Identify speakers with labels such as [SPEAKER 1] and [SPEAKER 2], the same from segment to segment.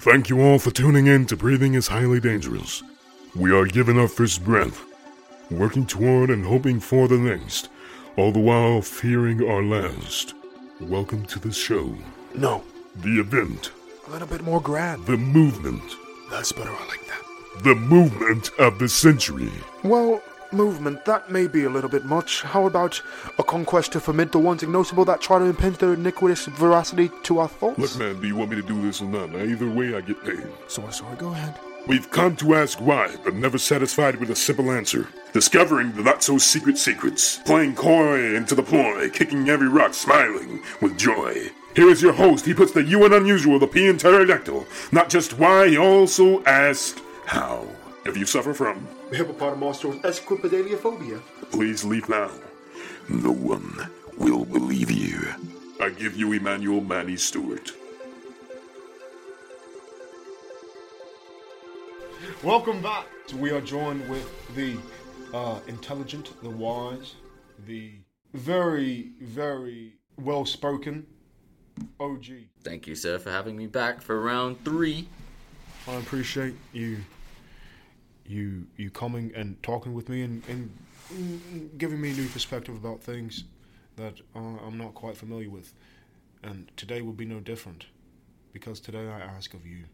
[SPEAKER 1] Thank you all for tuning in to Breathing is Highly Dangerous. We are giving our first breath, working toward and hoping for the next, all the while fearing our last. Welcome to the show,
[SPEAKER 2] No,
[SPEAKER 1] the event,
[SPEAKER 2] a little bit more grand.
[SPEAKER 1] the movement,
[SPEAKER 2] That's better, I like that.
[SPEAKER 1] the movement of the century.
[SPEAKER 2] Well, movement, that may be a little bit much. How about a conquest to foment the ones ignosable that try to impinge their iniquitous veracity to our thoughts?
[SPEAKER 1] Look, man, do you want me to do this or not? Now, either way, I get paid.
[SPEAKER 2] Sorry, sorry, go ahead.
[SPEAKER 1] We've come to ask why, but never satisfied with a simple answer. Discovering the not so secret secrets, playing coy into the ploy, kicking every rock, smiling with joy. Here is your host. He puts the U in unusual, the P in pterodactyl. Not just why, he also asks how. If you suffer from,
[SPEAKER 2] Hippopotamosaurus esquipedaliophobia.
[SPEAKER 1] please leave now. No one will believe you. I give you Emmanuel Manny Stewart.
[SPEAKER 3] Welcome back. We are joined with the uh, intelligent, the wise, the very, very well spoken OG.
[SPEAKER 4] Thank you, sir, for having me back for round three.
[SPEAKER 3] I appreciate you, you, you coming and talking with me and, and mm, giving me a new perspective about things that uh, I'm not quite familiar with. And today will be no different, because today I ask of you.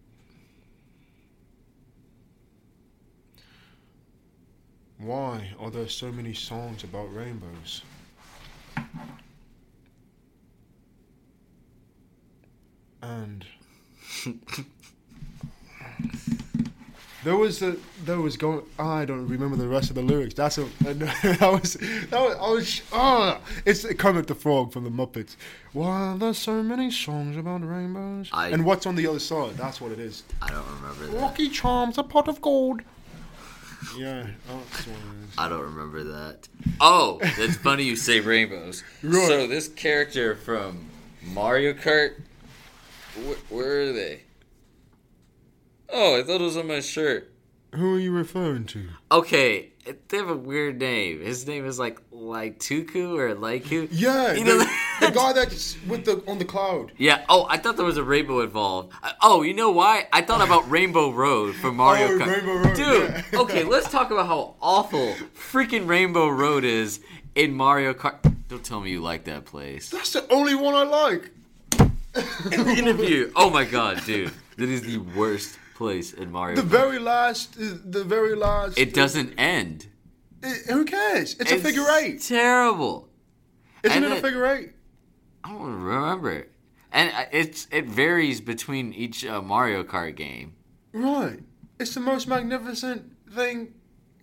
[SPEAKER 3] Why are there so many songs about rainbows? And there was a there was going. I don't remember the rest of the lyrics. That's a that was that was, I was sh- oh, it's Kermit the Frog from the Muppets. Why are there so many songs about rainbows?
[SPEAKER 4] I-
[SPEAKER 3] and what's on the other side? That's what it is.
[SPEAKER 4] I don't remember that.
[SPEAKER 3] Lucky Charms, a pot of gold. Yeah, that's what it is.
[SPEAKER 4] I don't remember that. Oh, that's funny you say rainbows.
[SPEAKER 3] Right.
[SPEAKER 4] So this character from Mario Kart, wh- where are they? Oh, I thought it was on my shirt.
[SPEAKER 3] Who are you referring to?
[SPEAKER 4] Okay, they have a weird name. His name is like Laituku or Laiku.
[SPEAKER 3] Yeah,
[SPEAKER 4] you know.
[SPEAKER 3] the, the guy that's with the on the cloud.
[SPEAKER 4] Yeah. Oh, I thought there was a rainbow involved. I- Oh, you know why? I thought about Rainbow Road from Mario
[SPEAKER 3] Oh,
[SPEAKER 4] Kart.
[SPEAKER 3] Rainbow Road,
[SPEAKER 4] Dude.
[SPEAKER 3] yeah.
[SPEAKER 4] okay, let's talk about how awful freaking Rainbow Road is in Mario Kart. Don't tell me you like that place.
[SPEAKER 3] That's the only one I like.
[SPEAKER 4] The interview. Oh my god, dude. That is the worst place in Mario.
[SPEAKER 3] The
[SPEAKER 4] Kart.
[SPEAKER 3] very last, the very last.
[SPEAKER 4] it doesn't end.
[SPEAKER 3] it- who cares? It's, a figure eight.
[SPEAKER 4] Terrible.
[SPEAKER 3] Isn't
[SPEAKER 4] and
[SPEAKER 3] it a
[SPEAKER 4] it-
[SPEAKER 3] figure eight?
[SPEAKER 4] I don't remember. And uh, it's it varies between each uh, Mario Kart game.
[SPEAKER 3] Right. It's the most magnificent thing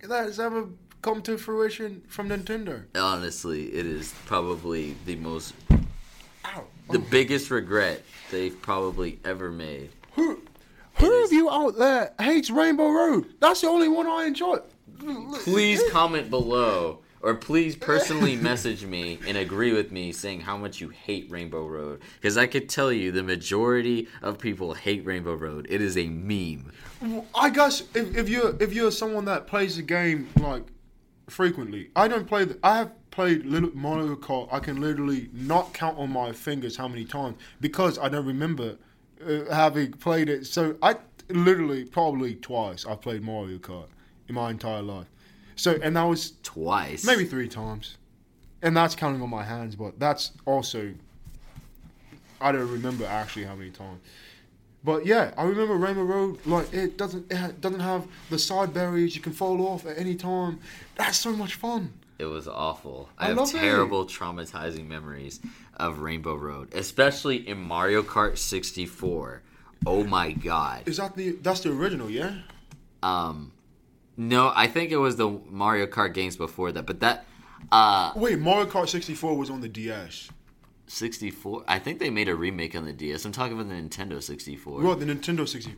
[SPEAKER 3] that's ever come to fruition from Nintendo.
[SPEAKER 4] Honestly, it is probably the most
[SPEAKER 3] Ow.
[SPEAKER 4] the biggest regret they've probably ever made.
[SPEAKER 3] Who, who of you out there hates Rainbow Road? That's the only one I enjoy.
[SPEAKER 4] Please comment below or please personally message me and agree with me saying how much you hate Rainbow Road because I could tell you the majority of people hate Rainbow Road. It is a meme.
[SPEAKER 3] I guess if, if you're if you're someone that plays the game like frequently, I don't play. The, I have played little Mario Kart. I can literally not count on my fingers how many times because I don't remember uh, having played it. So I literally probably twice I've played Mario Kart in my entire life. So and that was
[SPEAKER 4] Twice.
[SPEAKER 3] maybe three times, and that's counting on my hands. But that's also I don't remember actually how many times. But yeah, I remember Rainbow Road. Like it doesn't it ha- doesn't have the side barriers. You can fall off at any time. That's so much fun.
[SPEAKER 4] It was awful. I,
[SPEAKER 3] I
[SPEAKER 4] have
[SPEAKER 3] love it.
[SPEAKER 4] terrible, traumatizing memories of Rainbow Road, especially in Mario Kart 64. Oh my god.
[SPEAKER 3] Is that the that's the original? Yeah.
[SPEAKER 4] Um, no, I think it was the Mario Kart games before that, but that. Uh,
[SPEAKER 3] Wait, Mario Kart 64 was on the DS.
[SPEAKER 4] 64. I think they made a remake on the DS. I'm talking about the Nintendo 64.
[SPEAKER 3] Right, the Nintendo 60.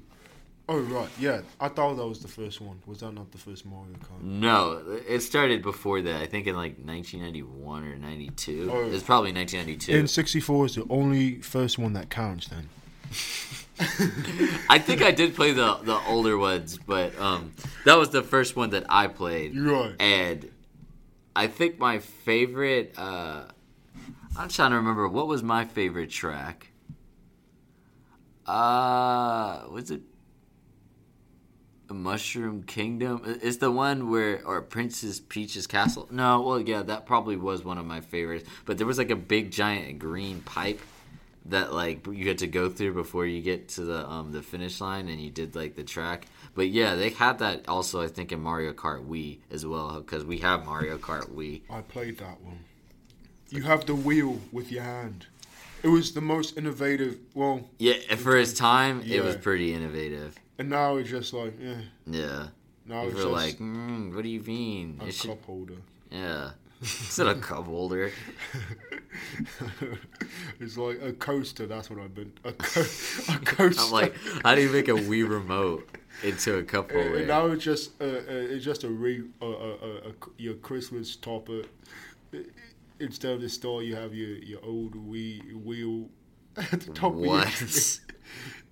[SPEAKER 3] Oh right, yeah. I thought that was the first one. Was that not the first Mario Kart?
[SPEAKER 4] No, it started before that. I think in like 1991 or 92.
[SPEAKER 3] Oh.
[SPEAKER 4] It's probably 1992.
[SPEAKER 3] And 64 is the only first one that counts then.
[SPEAKER 4] I think I did play the the older ones, but um, that was the first one that I played.
[SPEAKER 3] Right.
[SPEAKER 4] And I think my favorite. Uh, I'm trying to remember what was my favorite track. Uh, what's it? Mushroom Kingdom. I- It's the one where or Princess Peach's castle. No, well, yeah, that probably was one of my favorites. But there was like a big giant green pipe that like you had to go through before you get to the um the finish line, and you did like the track. But yeah, they had that also. I think in Mario Kart Wii as well, because we have Mario Kart Wii.
[SPEAKER 3] I played that one. You have the wheel with your hand. It was the most innovative. Well,
[SPEAKER 4] Yeah, and for his time, it was
[SPEAKER 3] Yeah.
[SPEAKER 4] pretty innovative.
[SPEAKER 3] and now it's just like, yeah.
[SPEAKER 4] Yeah.
[SPEAKER 3] Now
[SPEAKER 4] we
[SPEAKER 3] it's
[SPEAKER 4] were
[SPEAKER 3] just
[SPEAKER 4] like, mm, what do you mean?
[SPEAKER 3] a
[SPEAKER 4] It should,
[SPEAKER 3] cup holder.
[SPEAKER 4] yeah. Is it a cup holder?
[SPEAKER 3] it's like a coaster. That's what I've been. A, co- a coaster.
[SPEAKER 4] I'm like, how do you make a Wii remote into a cup
[SPEAKER 3] And-
[SPEAKER 4] holder?
[SPEAKER 3] and now it's just uh, uh, it's just a re uh, uh, uh, uh, your Christmas topper. Instead of the store, you have your your old wee wheel at the top. Of your,
[SPEAKER 4] what?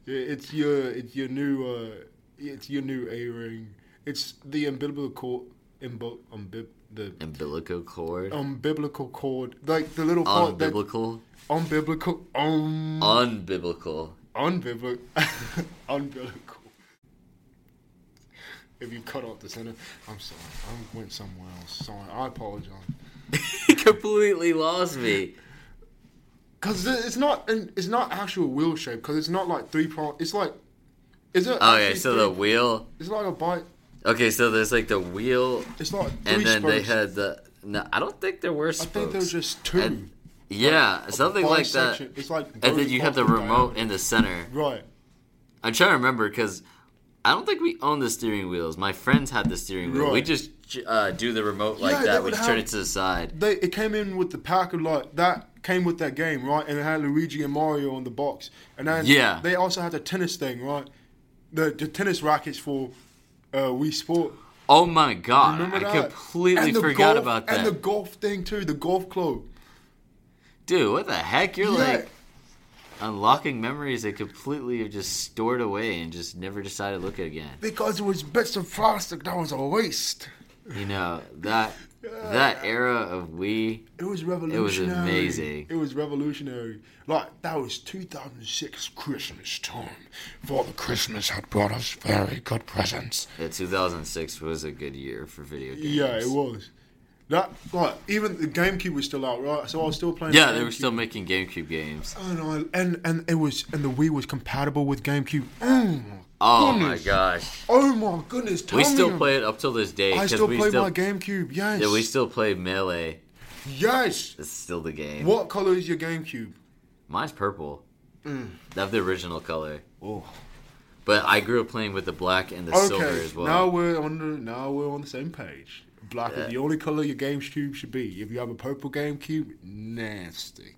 [SPEAKER 3] Yeah, it's your it's your new uh, it's your new A ring. It's the umbilical cord, imbo, umbib, the
[SPEAKER 4] Umbilical cord?
[SPEAKER 3] umbilical cord, like the little part Oh, that
[SPEAKER 4] Unbiblical?
[SPEAKER 3] unbiblical um
[SPEAKER 4] Unbiblical.
[SPEAKER 3] unbiblical unbiblical. If you cut off the center, I'm sorry. I went somewhere else. Sorry, I apologize.
[SPEAKER 4] He completely lost me.
[SPEAKER 3] Cause it- it's not an- it's not actual wheel shape. Cause it's not like three prong. It's like is it?
[SPEAKER 4] Okay,
[SPEAKER 3] actually
[SPEAKER 4] so the
[SPEAKER 3] three-
[SPEAKER 4] wheel.
[SPEAKER 3] it's like a bike.
[SPEAKER 4] Okay, so there's like the wheel,
[SPEAKER 3] It's like three
[SPEAKER 4] and then they
[SPEAKER 3] spokes.
[SPEAKER 4] had the. No, I don't think there were
[SPEAKER 3] I
[SPEAKER 4] spokes.
[SPEAKER 3] think there was just two.
[SPEAKER 4] And- yeah, something like that.
[SPEAKER 3] bisection. It's like
[SPEAKER 4] And then you have the
[SPEAKER 3] vertical
[SPEAKER 4] remote
[SPEAKER 3] diameter.
[SPEAKER 4] in the center.
[SPEAKER 3] Right.
[SPEAKER 4] I'm trying to remember because I don't think we own the steering wheels. My friends had the steering wheel. We
[SPEAKER 3] Right.
[SPEAKER 4] just uh, do the remote like
[SPEAKER 3] Yeah, they
[SPEAKER 4] that. We
[SPEAKER 3] would
[SPEAKER 4] just turn
[SPEAKER 3] have-
[SPEAKER 4] it to the side.
[SPEAKER 3] They it came in with the pack of like that came with that game, right? And it had Luigi and Mario on the box. And then
[SPEAKER 4] Yeah.
[SPEAKER 3] they also had the tennis thing, right? The the tennis rackets for uh Wii Sport.
[SPEAKER 4] Oh my god!
[SPEAKER 3] Remember
[SPEAKER 4] I
[SPEAKER 3] that?
[SPEAKER 4] completely
[SPEAKER 3] And the
[SPEAKER 4] forgot
[SPEAKER 3] golf-
[SPEAKER 4] about that,
[SPEAKER 3] And the golf thing too, the golf club.
[SPEAKER 4] dude. What the heck? You're
[SPEAKER 3] Yeah.
[SPEAKER 4] like unlocking memories that completely have just stored away and just never decided to look at again.
[SPEAKER 3] Because it was bits of plastic that was a waste.
[SPEAKER 4] You know that that era of Wii.
[SPEAKER 3] It was revolutionary.
[SPEAKER 4] amazing.
[SPEAKER 3] It was revolutionary. Like that was 2006 Christmas time. Father Christmas had brought us very good presents.
[SPEAKER 4] Yeah, 2006 was a good year for video games.
[SPEAKER 3] Yeah, it was. That like even the GameCube was still out, right? So I was still playing.
[SPEAKER 4] Yeah,
[SPEAKER 3] the
[SPEAKER 4] they were
[SPEAKER 3] GameCube.
[SPEAKER 4] still making GameCube games.
[SPEAKER 3] And, I, and and it was and the Wii was compatible with GameCube. Oh my,
[SPEAKER 4] Oh my gosh.
[SPEAKER 3] oh my goodness! Tell
[SPEAKER 4] We
[SPEAKER 3] me
[SPEAKER 4] still
[SPEAKER 3] I'm-
[SPEAKER 4] play it up till this day.
[SPEAKER 3] I
[SPEAKER 4] 'cause
[SPEAKER 3] still
[SPEAKER 4] we
[SPEAKER 3] play my GameCube. Yes.
[SPEAKER 4] Yeah, we still play melee.
[SPEAKER 3] yes.
[SPEAKER 4] It's still the game.
[SPEAKER 3] What color is your GameCube?
[SPEAKER 4] Mine's purple.
[SPEAKER 3] Mm.
[SPEAKER 4] That's the original color.
[SPEAKER 3] Oh.
[SPEAKER 4] But I grew up playing with the black and the silver
[SPEAKER 3] Okay.
[SPEAKER 4] as well.
[SPEAKER 3] Now we're on the now we're on the same page. Black is the only color your GameCube should be. If you have a purple GameCube, nasty.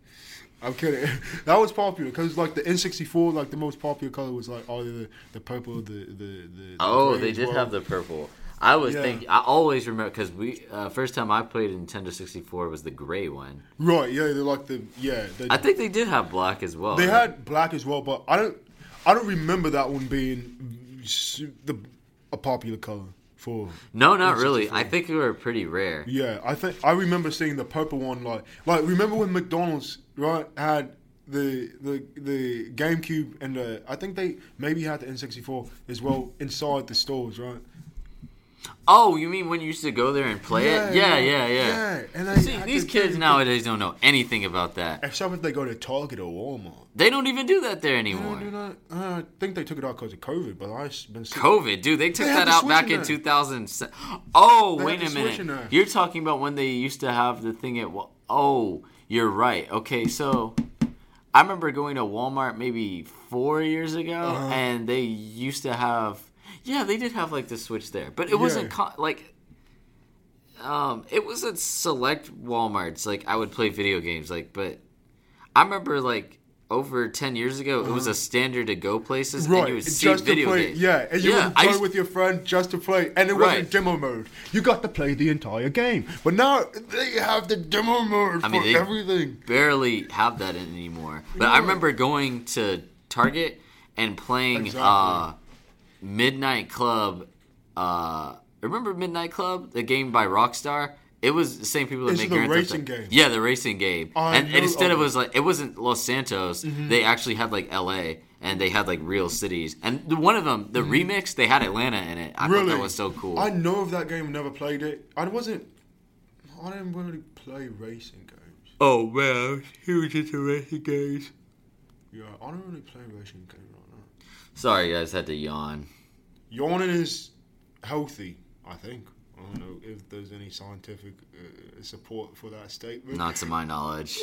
[SPEAKER 3] I'm kidding. that was popular because like the N64, like the most popular color was like either the, the purple, or the the, the
[SPEAKER 4] oh,
[SPEAKER 3] gray
[SPEAKER 4] they
[SPEAKER 3] as
[SPEAKER 4] did
[SPEAKER 3] well.
[SPEAKER 4] have the purple. I was
[SPEAKER 3] Yeah.
[SPEAKER 4] thinking. I always remember because we uh, first time I played Nintendo 64 was the gray one.
[SPEAKER 3] right. Yeah, they're like the yeah. The,
[SPEAKER 4] I think they did have black as well.
[SPEAKER 3] They had black as well, but I don't I don't remember that one being s- the a popular color for
[SPEAKER 4] no, not really. I think they were pretty rare.
[SPEAKER 3] Yeah, I think I remember seeing the purple one. Like, like remember when McDonald's right had the the the GameCube and the I think they maybe had the N64 as well inside the stores, right?
[SPEAKER 4] Oh, you mean when you used to go there and play it? Yeah, yeah, yeah.
[SPEAKER 3] yeah. And they
[SPEAKER 4] See,
[SPEAKER 3] had
[SPEAKER 4] these
[SPEAKER 3] the-
[SPEAKER 4] kids nowadays don't know anything about that.
[SPEAKER 3] Except if they go to Target or Walmart.
[SPEAKER 4] They don't even do that there
[SPEAKER 3] I,
[SPEAKER 4] anymore.
[SPEAKER 3] don't do that. I think they took it out because of COVID, but I've been seeing
[SPEAKER 4] COVID, dude. They took
[SPEAKER 3] They had
[SPEAKER 4] that
[SPEAKER 3] the
[SPEAKER 4] out
[SPEAKER 3] Switch
[SPEAKER 4] back
[SPEAKER 3] in
[SPEAKER 4] in
[SPEAKER 3] there.
[SPEAKER 4] 2007. Oh,
[SPEAKER 3] They
[SPEAKER 4] wait
[SPEAKER 3] had
[SPEAKER 4] a
[SPEAKER 3] the Switch in
[SPEAKER 4] minute.
[SPEAKER 3] there.
[SPEAKER 4] You're talking about when they used to have the thing at. Wa- Oh, you're right. Okay, so I remember going to Walmart maybe four years ago,
[SPEAKER 3] Uh-huh.
[SPEAKER 4] and they used to have. Yeah, they did have like the Switch there, but it wasn't co- like. Um, it was at select WalMarts. Like I would play video games, like but I remember like over ten years ago, it was a standard to go places, and you would see video
[SPEAKER 3] Uh-huh. to play,
[SPEAKER 4] games.
[SPEAKER 3] Yeah, and you would
[SPEAKER 4] I
[SPEAKER 3] play
[SPEAKER 4] used-
[SPEAKER 3] with your friend just to play, and it
[SPEAKER 4] Right.
[SPEAKER 3] wasn't demo mode. You got to play the entire game. But now they have the demo mode
[SPEAKER 4] I mean,
[SPEAKER 3] for
[SPEAKER 4] they-
[SPEAKER 3] everything.
[SPEAKER 4] barely have that in anymore. But I remember going to Target and playing uh,
[SPEAKER 3] Exactly.
[SPEAKER 4] Midnight Club. Uh, remember Midnight Club, the game by Rockstar? It was the same people that
[SPEAKER 3] It's
[SPEAKER 4] make
[SPEAKER 3] the
[SPEAKER 4] Grand Theft
[SPEAKER 3] racing
[SPEAKER 4] Auto.
[SPEAKER 3] game.
[SPEAKER 4] Yeah, the racing game.
[SPEAKER 3] I
[SPEAKER 4] and, and
[SPEAKER 3] know- Mm-hmm.
[SPEAKER 4] instead of
[SPEAKER 3] okay.
[SPEAKER 4] it was like it wasn't Los Santos. They actually had like L.A. and they had like real cities. And the- one of them, the remix, they had Atlanta in it. I
[SPEAKER 3] Mm-hmm. Really,
[SPEAKER 4] thought that was so cool.
[SPEAKER 3] I know of that game, never played it. I wasn't. I didn't really play racing games.
[SPEAKER 4] oh man, huge into racing games.
[SPEAKER 3] Yeah, I don't really play racing games right now.
[SPEAKER 4] Sorry guys, had to yawn.
[SPEAKER 3] Yawning is healthy, I think. I don't know if there's any scientific uh, support for that statement.
[SPEAKER 4] Not to my knowledge.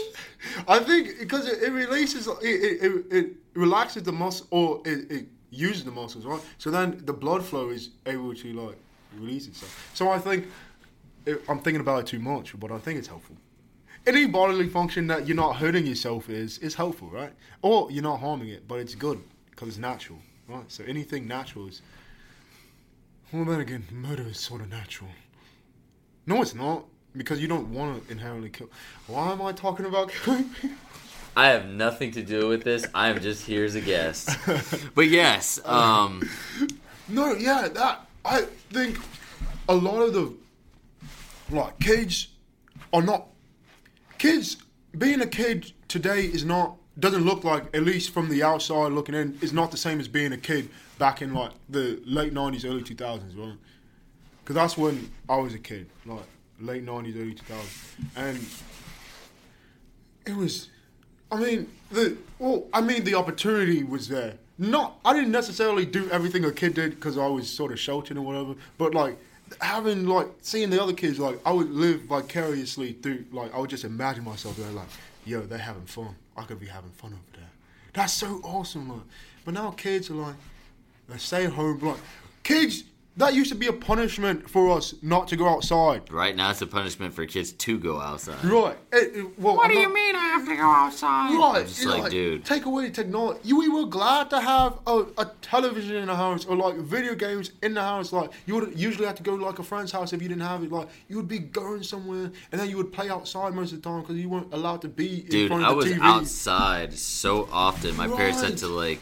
[SPEAKER 3] I think because it, it releases, it, it, it, it relaxes the muscle, or it, it uses the muscles, right? So then the blood flow is able to like release itself. So I think it, I'm thinking about it too much, but I think it's helpful. Any bodily function that you're not hurting yourself is is helpful, right? Or you're not harming it, but it's good because it's natural, right? So anything natural is. Well, then again, murder is sort of natural. No, it's not because you don't want to inherently kill. Why am I talking about killing people?
[SPEAKER 4] I have nothing to do with this. I am just here as a guest. But yes, um,
[SPEAKER 3] No, yeah, that I think a lot of the like kids are not kids. Being a kid today is not doesn't look like at least from the outside looking in is not the same as being a kid back in like the late nineties, early two thousands, right? Because that's when I was a kid, like late nineties, early two thousands, and it was. I mean, the well, I mean, the opportunity was there. Not, I didn't necessarily do everything a kid did because I was sort of sheltered or whatever. But like having like seeing the other kids, like I would live vicariously through. Like I would just imagine myself there, like, yo, they're having fun. I could be having fun over there. That's so awesome, like. But now kids are like, they stay home, like, kids. That used to be a punishment for us not to go outside.
[SPEAKER 4] right now it's a punishment for kids to go outside.
[SPEAKER 3] Right. It- it- well,
[SPEAKER 5] What
[SPEAKER 3] I'm
[SPEAKER 5] do
[SPEAKER 3] not-
[SPEAKER 5] you mean I have to go outside?
[SPEAKER 3] Right,
[SPEAKER 4] just
[SPEAKER 3] you know,
[SPEAKER 4] like, dude.
[SPEAKER 3] Take away technology. You- We were glad to have a, a television in the house or like video games in the house. Like you would usually have to go to like a friend's house if you didn't have it. Like you would be going somewhere and then you would play outside most of the time because you weren't allowed to be in
[SPEAKER 4] Dude,
[SPEAKER 3] front
[SPEAKER 4] I
[SPEAKER 3] of
[SPEAKER 4] was
[SPEAKER 3] the TV.
[SPEAKER 4] outside so often. My parents had
[SPEAKER 3] Right.
[SPEAKER 4] to like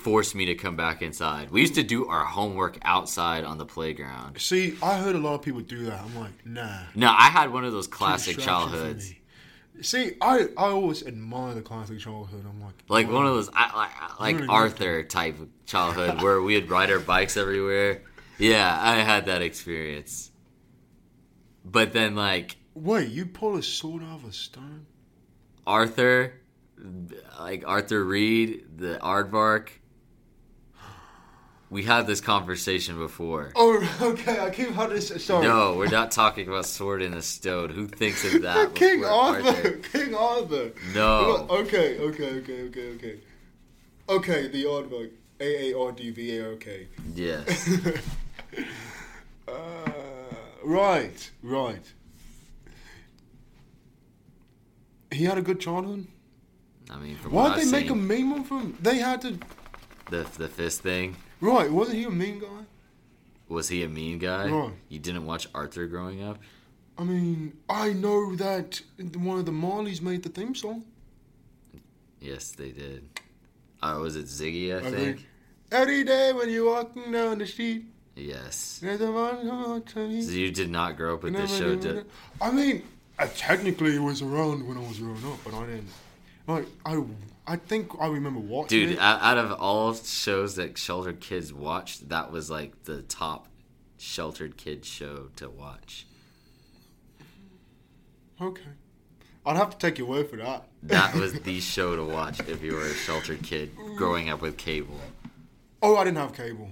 [SPEAKER 4] force me to come back inside. We used to do our homework outside on the playground.
[SPEAKER 3] See, I heard a lot of people do that. I'm like, nah.
[SPEAKER 4] No, I had one of those classic
[SPEAKER 3] Distraction for
[SPEAKER 4] childhoods.
[SPEAKER 3] me. See, I, I always admire the classic childhood. I'm like,
[SPEAKER 4] Like
[SPEAKER 3] wow.
[SPEAKER 4] one of those I, I, like
[SPEAKER 3] Really?
[SPEAKER 4] Arthur type childhood where we would ride our bikes everywhere. Yeah, I had that experience. But then like
[SPEAKER 3] Wait, you pull a sword out of a stone?
[SPEAKER 4] Arthur, like Arthur Reed, the aardvark. We had this conversation before.
[SPEAKER 3] Oh, okay. I keep having this. Sorry.
[SPEAKER 4] No, we're not talking about Sword in the Stone. Who thinks of that?
[SPEAKER 3] King
[SPEAKER 4] before
[SPEAKER 3] Arthur. King Arthur.
[SPEAKER 4] No.
[SPEAKER 3] Look, Okay, okay, okay, okay, okay. Okay, the Aardvark. A A R D V A R K.
[SPEAKER 4] Yes.
[SPEAKER 3] Uh, Right, right. He had a good childhood.
[SPEAKER 4] I mean, from
[SPEAKER 3] Why'd
[SPEAKER 4] what
[SPEAKER 3] they
[SPEAKER 4] I've
[SPEAKER 3] make a
[SPEAKER 4] seen,
[SPEAKER 3] meme of him? They had to.
[SPEAKER 4] the the fist thing?
[SPEAKER 3] Right, wasn't he a mean guy?
[SPEAKER 4] Was he a mean guy?
[SPEAKER 3] No.
[SPEAKER 4] You didn't watch Arthur growing up?
[SPEAKER 3] I mean, I know that one of the Marleys made the theme song.
[SPEAKER 4] Yes, they did. Uh, was it Ziggy? I
[SPEAKER 3] I
[SPEAKER 4] think.
[SPEAKER 3] think. Every day when you're walking down the street,
[SPEAKER 4] Yes.
[SPEAKER 3] there's a man who's
[SPEAKER 4] So you did not grow up with this show, did?
[SPEAKER 3] I mean, I technically it was around when I was growing up, but I didn't. Like, I, I think I remember watching
[SPEAKER 4] Dude,
[SPEAKER 3] it.
[SPEAKER 4] out out of all shows that sheltered kids watched, that was like the top sheltered kid show to watch.
[SPEAKER 3] okay, I'd have to take your word for that.
[SPEAKER 4] That was the show to watch if you were a sheltered kid growing up with cable.
[SPEAKER 3] Oh, I didn't have cable.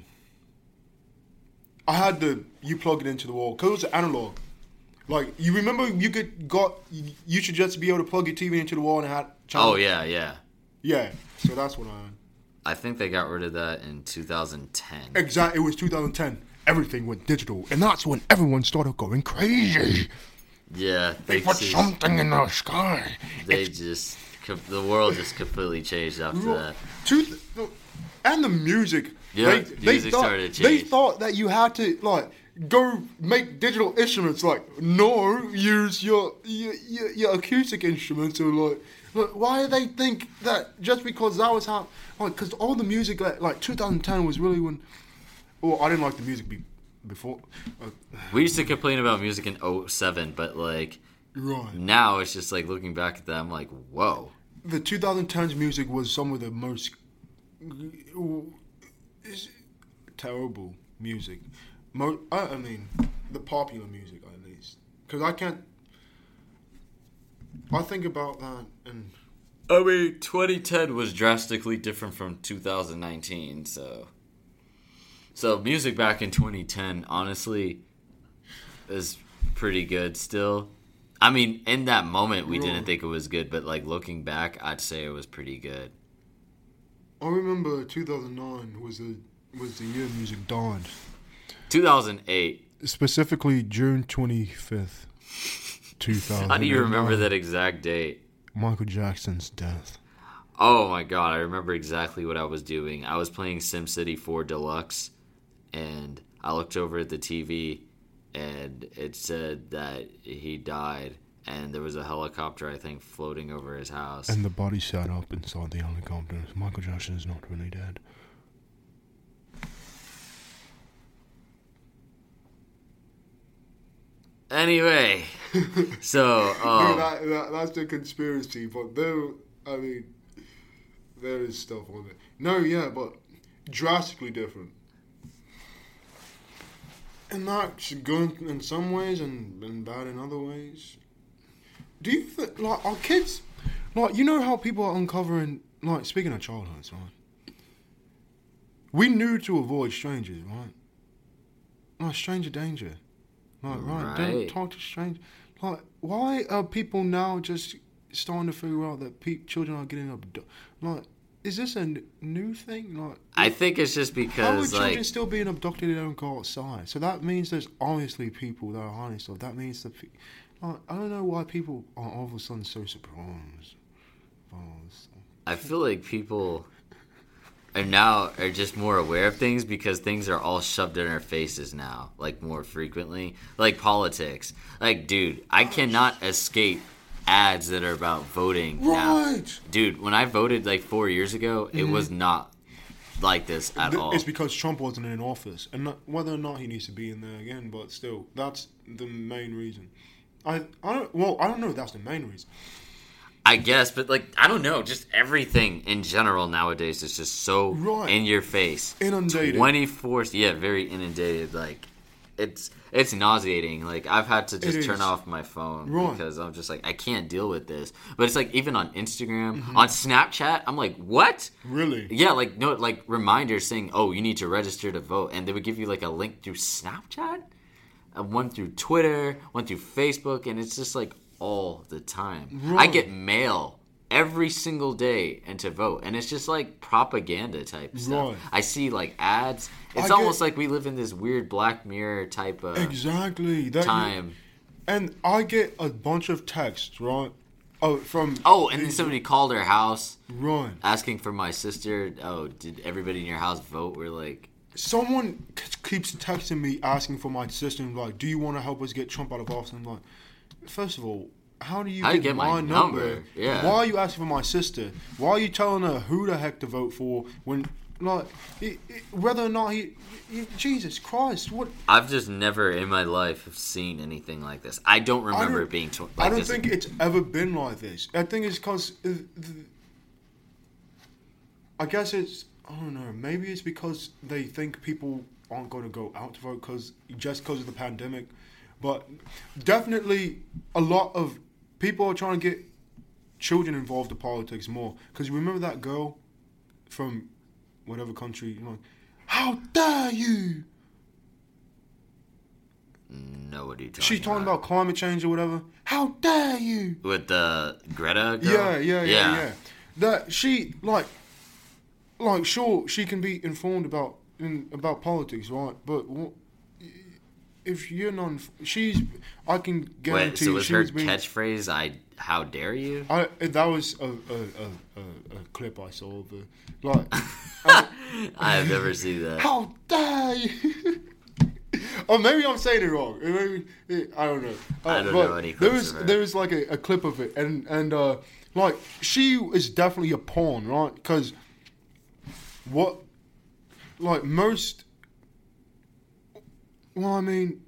[SPEAKER 3] I had the you plug it into the wall because it was analog. Like you remember, you could got you you should just be able to plug your TV into the wall and it had. channel.
[SPEAKER 4] Oh yeah, yeah.
[SPEAKER 3] Yeah, so that's what I had.
[SPEAKER 4] I think they got rid of that in 2010.
[SPEAKER 3] Exactly. It was 2010. Everything went digital, and that's when everyone started going crazy.
[SPEAKER 4] Yeah, they
[SPEAKER 2] They put
[SPEAKER 4] just,
[SPEAKER 2] something in the sky.
[SPEAKER 4] they just com- the world just completely changed after that.
[SPEAKER 3] Two th- and the music.
[SPEAKER 4] Yeah, music
[SPEAKER 3] thought,
[SPEAKER 4] started to
[SPEAKER 3] They
[SPEAKER 4] change.
[SPEAKER 3] thought that you had to like go make digital instruments. Like no, use your your, your, your acoustic instruments or like. Like, why do they think that just because that was how, like, because all the music, like, like 2010 was really when, well, I didn't like the music be, before. Uh,
[SPEAKER 4] We used to complain about music in 07, but like
[SPEAKER 3] right.
[SPEAKER 4] now it's just like looking back at that, I'm like, whoa.
[SPEAKER 3] The 2010s music was some of the most terrible music. Mo- I, I mean, the popular music at least, because I can't. I think about that and
[SPEAKER 4] I mean, 2010 was drastically different from 2019, so. So, music back in 2010, honestly, is pretty good still. I mean, in that moment, we didn't think it was good, but like looking back, I'd say it was pretty good.
[SPEAKER 3] I remember 2009 was the was the year music died.
[SPEAKER 4] 2008.
[SPEAKER 3] Specifically, June 25th, 2000.
[SPEAKER 4] How do you remember that exact date?
[SPEAKER 3] Michael Jackson's death.
[SPEAKER 4] Oh my god, I remember exactly what I was doing. I was playing SimCity 4 Deluxe, and I looked over at the TV, and it said that he died, and there was a helicopter, I think, floating over his house.
[SPEAKER 3] And the body sat up inside the helicopter. Michael Jackson is not really dead.
[SPEAKER 4] Anyway, so um,
[SPEAKER 3] that, that, that's the conspiracy, but there, I mean, there is stuff on it. No, yeah, but drastically different. And that's good in some ways and, and bad in other ways. Do you think, like, our kids, like, you know how people are uncovering, like, speaking of childhoods, right? We knew to avoid strangers, right? Like, stranger danger. Like, right, don't
[SPEAKER 4] Right.
[SPEAKER 3] talk to strangers. Like, why are people now just starting to figure out that pe- children are getting abducted? Like, is this a n- new thing? Like,
[SPEAKER 4] I think it's just
[SPEAKER 3] how are
[SPEAKER 4] because
[SPEAKER 3] children
[SPEAKER 4] like
[SPEAKER 3] still being abducted and don't go outside? So that means there's obviously people that are hiding stuff. That means the, pe- like, I don't know why people are all of a sudden so surprised. by all this stuff.
[SPEAKER 4] I feel like people are now are just more aware of things because things are all shoved in our faces now, like more frequently, like politics. Like, dude, I cannot escape ads that are about voting now.
[SPEAKER 3] Right.
[SPEAKER 4] Dude, when I voted like four years ago, it was not like this at
[SPEAKER 3] Mm-hmm. Th-
[SPEAKER 4] all.
[SPEAKER 3] It's because Trump wasn't in office, and not, whether or not he needs to be in there again, but still, that's the main reason. I, I don't. Well, I don't know. if That's the main reason.
[SPEAKER 4] I guess, but like I don't know, just everything in general nowadays is just so
[SPEAKER 3] Right.
[SPEAKER 4] in your face,
[SPEAKER 3] Inundated.
[SPEAKER 4] twenty four. Yeah, very inundated. Like it's it's nauseating. Like I've had to
[SPEAKER 3] It
[SPEAKER 4] just
[SPEAKER 3] is.
[SPEAKER 4] turn off my phone
[SPEAKER 3] Right.
[SPEAKER 4] because I'm just like I can't deal with this. But it's like even on Instagram, on Snapchat, I'm like, what?
[SPEAKER 3] Mm-hmm. Really?
[SPEAKER 4] Yeah, like no, like reminders saying, "Oh, you need to register to vote," and they would give you like a link through Snapchat, and one through Twitter, one through Facebook, and it's just like all the time. I get mail every single day and to vote, and it's just like propaganda type stuff.
[SPEAKER 3] Right.
[SPEAKER 4] I see like ads. It's
[SPEAKER 3] get-
[SPEAKER 4] almost like we live in this weird Black Mirror type of
[SPEAKER 3] Exactly. That
[SPEAKER 4] time.
[SPEAKER 3] and I get a bunch of texts, right? Oh, from
[SPEAKER 4] Oh, and then somebody called our house
[SPEAKER 3] Ryan.
[SPEAKER 4] asking for my sister. Oh, did everybody in your house vote? We're like.
[SPEAKER 3] Someone k- keeps texting me asking for my sister, and like, "Do you want to help us get Trump out of office?" And I'm like, first of all, how do you
[SPEAKER 4] How do
[SPEAKER 3] get,
[SPEAKER 4] you get
[SPEAKER 3] my,
[SPEAKER 4] my
[SPEAKER 3] number?
[SPEAKER 4] number? Yeah.
[SPEAKER 3] Why are you asking for my sister? Why are you telling her who the heck to vote for when, like, it, it- whether or not he, he- Jesus Christ, what?
[SPEAKER 4] I've just never in my life have seen anything like this. I don't remember
[SPEAKER 3] don't-
[SPEAKER 4] it being tw- like
[SPEAKER 3] I don't
[SPEAKER 4] this.
[SPEAKER 3] think it's ever been like this. I think it's because. I guess it's. I don't know. Maybe it's because they think people aren't going to go out to vote because just because of the pandemic. But definitely, a lot of people are trying to get children involved in politics more. Because you remember that girl from whatever country? You know, how dare you?
[SPEAKER 4] no, what are you talking
[SPEAKER 3] She's talking about climate change or whatever. How dare you?
[SPEAKER 4] with the Greta. Girl?
[SPEAKER 3] Yeah, yeah, yeah, yeah, That she like, like sure she can be informed about in, about politics, right? But what, if you're not, inf- she's I can guarantee
[SPEAKER 4] Wait, so was
[SPEAKER 3] she
[SPEAKER 4] her
[SPEAKER 3] was being.
[SPEAKER 4] catchphrase "I how dare you"?
[SPEAKER 3] I, that was a, a, a, a, a clip I saw of her. Like, I-
[SPEAKER 4] I have never seen that.
[SPEAKER 3] how dare you? or maybe I'm saying it wrong. It Maybe, it- I don't know. Uh,
[SPEAKER 4] I don't
[SPEAKER 3] but
[SPEAKER 4] know any
[SPEAKER 3] There
[SPEAKER 4] clips
[SPEAKER 3] was
[SPEAKER 4] of her.
[SPEAKER 3] there was like a, a clip of it, and and uh, like she is definitely a pawn, right? Because what, like most Well, I mean,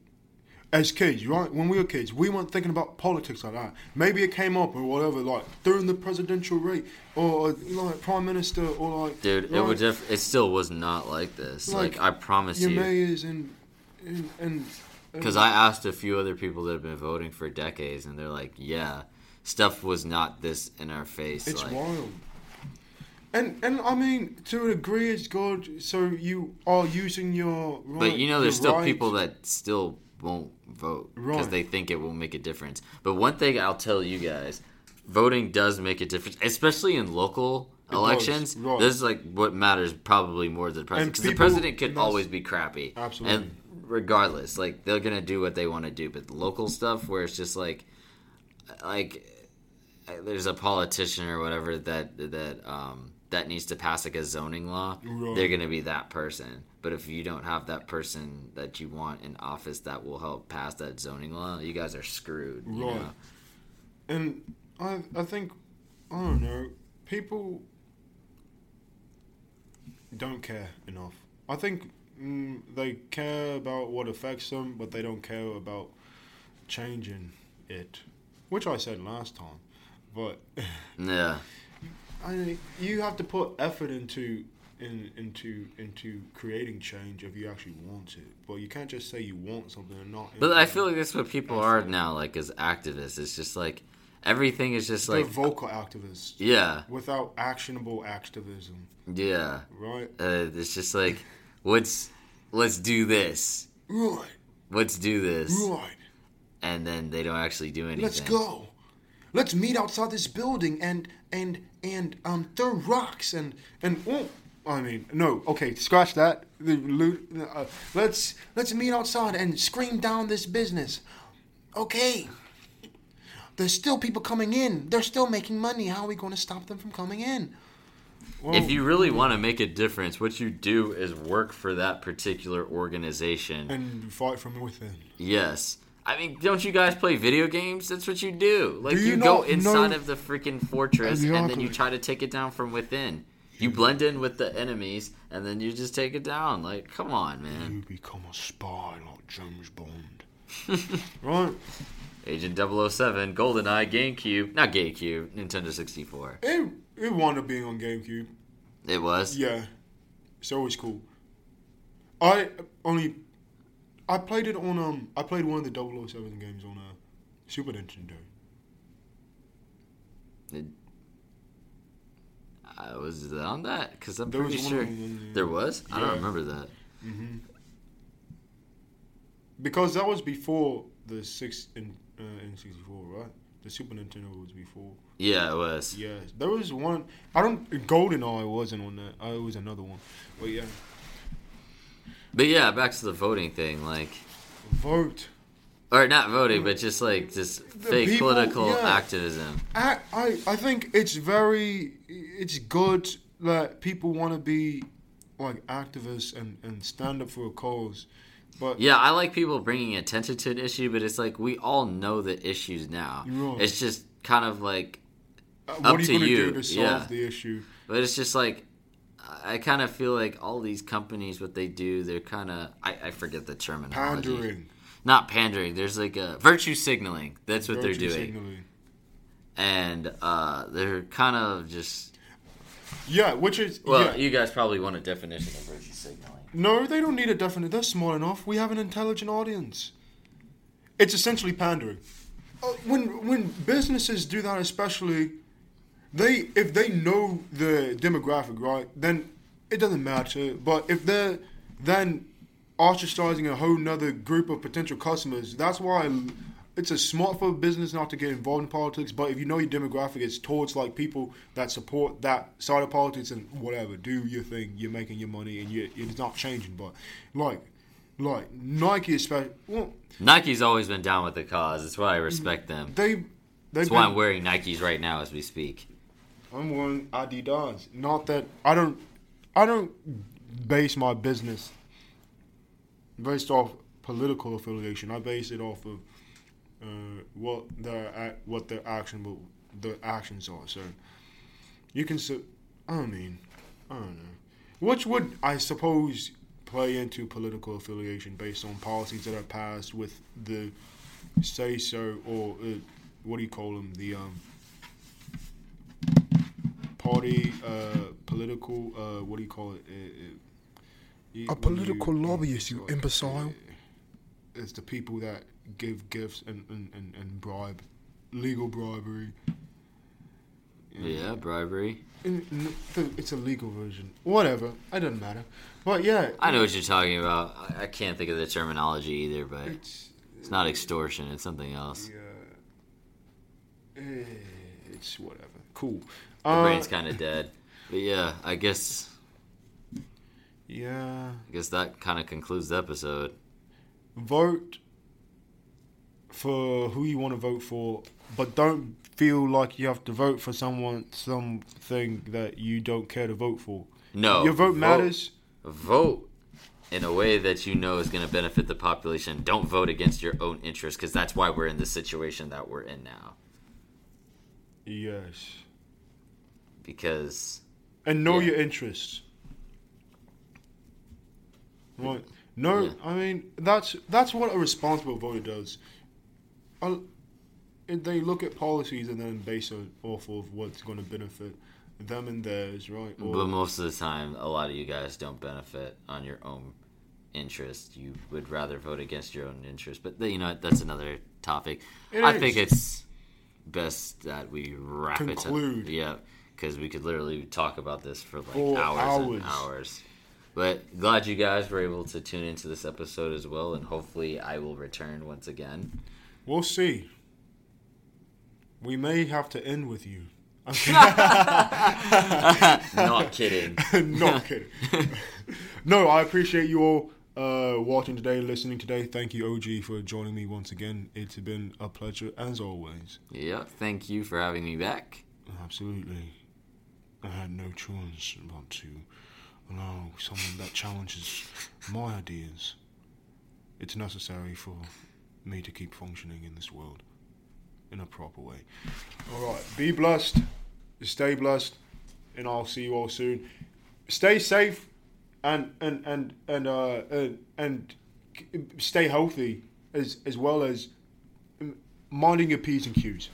[SPEAKER 3] as kids, right? When we were kids, we weren't thinking about politics like that. Maybe it came up or whatever, like during the presidential rate or like prime minister or like.
[SPEAKER 4] Dude, it
[SPEAKER 3] like,
[SPEAKER 4] would def- it still was not like this. Like,
[SPEAKER 3] Like,
[SPEAKER 4] I promise
[SPEAKER 3] your
[SPEAKER 4] you.
[SPEAKER 3] mayors and and. and
[SPEAKER 4] Because I asked a few other people that have been voting for decades, and they're like, yeah, stuff was not this in our face.
[SPEAKER 3] It's
[SPEAKER 4] like,
[SPEAKER 3] wild. And and I mean, to a degree, it's good. So you are using your. Right,
[SPEAKER 4] But you know, there's
[SPEAKER 3] your
[SPEAKER 4] still
[SPEAKER 3] right-
[SPEAKER 4] people that still won't vote because
[SPEAKER 3] Right.
[SPEAKER 4] they think it will make a difference. But one thing I'll tell you guys, voting does make a difference, especially in local
[SPEAKER 3] does,
[SPEAKER 4] elections.
[SPEAKER 3] right.
[SPEAKER 4] This is like what matters probably more than the president
[SPEAKER 3] And
[SPEAKER 4] because the
[SPEAKER 3] people-
[SPEAKER 4] president could
[SPEAKER 3] that's-
[SPEAKER 4] always be crappy.
[SPEAKER 3] Absolutely.
[SPEAKER 4] And regardless, like they're gonna do what they want to do. But the local stuff where it's just like, like there's a politician or whatever that that um that needs to pass like a zoning law
[SPEAKER 3] Right.
[SPEAKER 4] they're gonna be that person but if you don't have that person that you want in office that will help pass that zoning law you guys are screwed you
[SPEAKER 3] Right.
[SPEAKER 4] know?
[SPEAKER 3] And I I think I don't know people don't care enough. I think mm, they care about what affects them, but they don't care about changing it, which I said last time. But
[SPEAKER 4] yeah
[SPEAKER 3] I mean, you have to put effort into in, into into creating change if you actually want it. But you can't just say you want something and not.
[SPEAKER 4] but i feel like that's what people are now like as activists it's just like everything is just
[SPEAKER 3] they're
[SPEAKER 4] like
[SPEAKER 3] vocal activists
[SPEAKER 4] yeah
[SPEAKER 3] without actionable activism,
[SPEAKER 4] yeah
[SPEAKER 3] right?
[SPEAKER 4] uh, it's just like let's let's do this
[SPEAKER 3] Right,
[SPEAKER 4] let's do this
[SPEAKER 3] right.
[SPEAKER 4] and then they don't actually do anything
[SPEAKER 3] Let's go. Let's meet outside this building and and and um throw rocks and and oh, I mean no okay scratch that the loot uh, let's let's meet outside and scream down this business. Okay. There's still people coming in. They're still making money. How are we going to stop them from coming in? Oh.
[SPEAKER 4] If you really want to make a difference, what you do is work for that particular organization.
[SPEAKER 3] and fight from within.
[SPEAKER 4] yes. I mean, don't you guys play video games? That's what you do. Like,
[SPEAKER 3] Do
[SPEAKER 4] you,
[SPEAKER 3] you
[SPEAKER 4] go
[SPEAKER 3] not
[SPEAKER 4] inside
[SPEAKER 3] know-
[SPEAKER 4] of the freaking fortress and then you
[SPEAKER 3] Exactly.
[SPEAKER 4] try to take it down from within. You blend in with the enemies and then you just take it down. Like, come on, man.
[SPEAKER 3] You become a spy like James Bond. right.
[SPEAKER 4] Agent 007, GoldenEye, GameCube. Not GameCube, Nintendo 64.
[SPEAKER 3] It it wound up being on GameCube.
[SPEAKER 4] It was.
[SPEAKER 3] Yeah, it's always cool. I only I played it on um I played one of the 007 games on uh, Super Nintendo.
[SPEAKER 4] It, I was on that because I'm
[SPEAKER 3] There was
[SPEAKER 4] pretty
[SPEAKER 3] one
[SPEAKER 4] sure
[SPEAKER 3] of them,
[SPEAKER 4] there was. I don't
[SPEAKER 3] yeah.
[SPEAKER 4] remember that.
[SPEAKER 3] because that was before the six in uh, N sixty four right. The Super Nintendo was before.
[SPEAKER 4] Yeah, it was.
[SPEAKER 3] Yeah, there was one. I don't. GoldenEye wasn't on that. Uh, it was another one. But yeah,
[SPEAKER 4] But yeah, back to the voting thing, like,
[SPEAKER 3] vote.
[SPEAKER 4] or not voting, but just like just fake
[SPEAKER 3] people-
[SPEAKER 4] political
[SPEAKER 3] yeah.
[SPEAKER 4] activism.
[SPEAKER 3] I, I I think it's very it's good that people want to be like activists and, and stand up for a cause, but
[SPEAKER 4] Yeah, I like people bringing attention to an issue, but it's like we all know the issues now.
[SPEAKER 3] You're right.
[SPEAKER 4] It's just kind of like,
[SPEAKER 3] uh, what
[SPEAKER 4] up
[SPEAKER 3] are you
[SPEAKER 4] to
[SPEAKER 3] going to
[SPEAKER 4] you,
[SPEAKER 3] do to solve
[SPEAKER 4] yeah.
[SPEAKER 3] the issue?
[SPEAKER 4] but it's just like. I kind of feel like all these companies, what they do, they're kind of I, I forget the terminology.
[SPEAKER 3] Pandering,
[SPEAKER 4] Not pandering. There's like a virtue signaling. That's what
[SPEAKER 3] virtue
[SPEAKER 4] they're doing,
[SPEAKER 3] signaling.
[SPEAKER 4] and uh, they're kind of just.
[SPEAKER 3] Yeah, which is
[SPEAKER 4] Well,
[SPEAKER 3] yeah.
[SPEAKER 4] you guys probably want a definition of virtue signaling.
[SPEAKER 3] no, they don't need a definite. They're smart enough. We have an intelligent audience. It's essentially pandering. Uh, when when businesses do that, especially, they if they know the demographic right, then it doesn't matter. But if they're then ostracizing a whole nother group of potential customers, that's why it's a smart for a business not to get involved in politics. But if you know your demographic is towards like people that support that side of politics and whatever, do your thing. You're making your money and you it's not changing. But like like Nike, especially, well,
[SPEAKER 4] Nike's always been down with the cause. That's why I respect them.
[SPEAKER 3] they they've
[SPEAKER 4] That's why I'm wearing Nikes right now as we speak.
[SPEAKER 3] I'm wearing Adidas. Not that I don't, I don't base my business based off political affiliation. I base it off of uh, what their ac- what their actionable the actions are. So you can, su- I mean, I don't know, which would I suppose play into political affiliation based on policies that are passed with the say so or uh, what do you call them the um, party uh, political uh, what do you call it Uh, uh, you-
[SPEAKER 2] A
[SPEAKER 3] when
[SPEAKER 2] political
[SPEAKER 3] you-
[SPEAKER 2] lobbyist, you
[SPEAKER 3] it's like,
[SPEAKER 2] imbecile.
[SPEAKER 3] uh, It's the people that give gifts and, and, and, and bribe legal bribery.
[SPEAKER 4] Yeah, bribery.
[SPEAKER 3] N- n- th- It's a legal version. Whatever. It doesn't matter. But yeah,
[SPEAKER 4] I know what you're talking about. I, I can't think of the terminology either, but
[SPEAKER 3] it's
[SPEAKER 4] it's not extortion. It's something else.
[SPEAKER 3] yeah, Eh, it's whatever. Cool.
[SPEAKER 4] My
[SPEAKER 3] Uh,
[SPEAKER 4] brain's kind of dead. But yeah, I guess
[SPEAKER 3] yeah.
[SPEAKER 4] I guess that kind of concludes the episode.
[SPEAKER 3] Vote for who you want to vote for, but don't feel like you have to vote for someone something that you don't care to vote for.
[SPEAKER 4] No,
[SPEAKER 3] Your vote matters.
[SPEAKER 4] Vote in a way that you know is going to benefit the population. Don't vote against your own interests because that's why we're in the situation that we're in now.
[SPEAKER 3] Yes.
[SPEAKER 4] Because
[SPEAKER 3] and know
[SPEAKER 4] Yeah.
[SPEAKER 3] your interests. Right? No,
[SPEAKER 4] Yeah.
[SPEAKER 3] I mean that's that's what a responsible voter does. Uh, and they look at policies and then base it off of what's going to benefit them and theirs, right?
[SPEAKER 4] But most of the time, a lot of you guys don't benefit on your own interest. You would rather vote against your own interest. But you know what? that's another topic.
[SPEAKER 3] It
[SPEAKER 4] I
[SPEAKER 3] is.
[SPEAKER 4] think it's best that we wrap it
[SPEAKER 3] Conclude.
[SPEAKER 4] up. Yeah, because we could literally talk about this for like
[SPEAKER 3] For
[SPEAKER 4] hours,
[SPEAKER 3] hours.
[SPEAKER 4] and hours. But glad you guys were able to tune into this episode as well, and hopefully I will return once again.
[SPEAKER 3] we'll see. We may have to end with you.
[SPEAKER 4] Not kidding.
[SPEAKER 3] Not kidding. no, I appreciate you all uh, watching today, listening today. Thank you, OG, for joining me once again. It's been a pleasure as always.
[SPEAKER 4] yeah, thank you for having me back.
[SPEAKER 3] Absolutely. I had no choice but to allow someone that challenges my ideas. It's necessary for me to keep functioning in this world in a proper way. Alright, be blessed, stay blessed, and I'll see you all soon. Stay safe and and and and uh and, and k- stay healthy as as well as mm, minding your P's and Q's.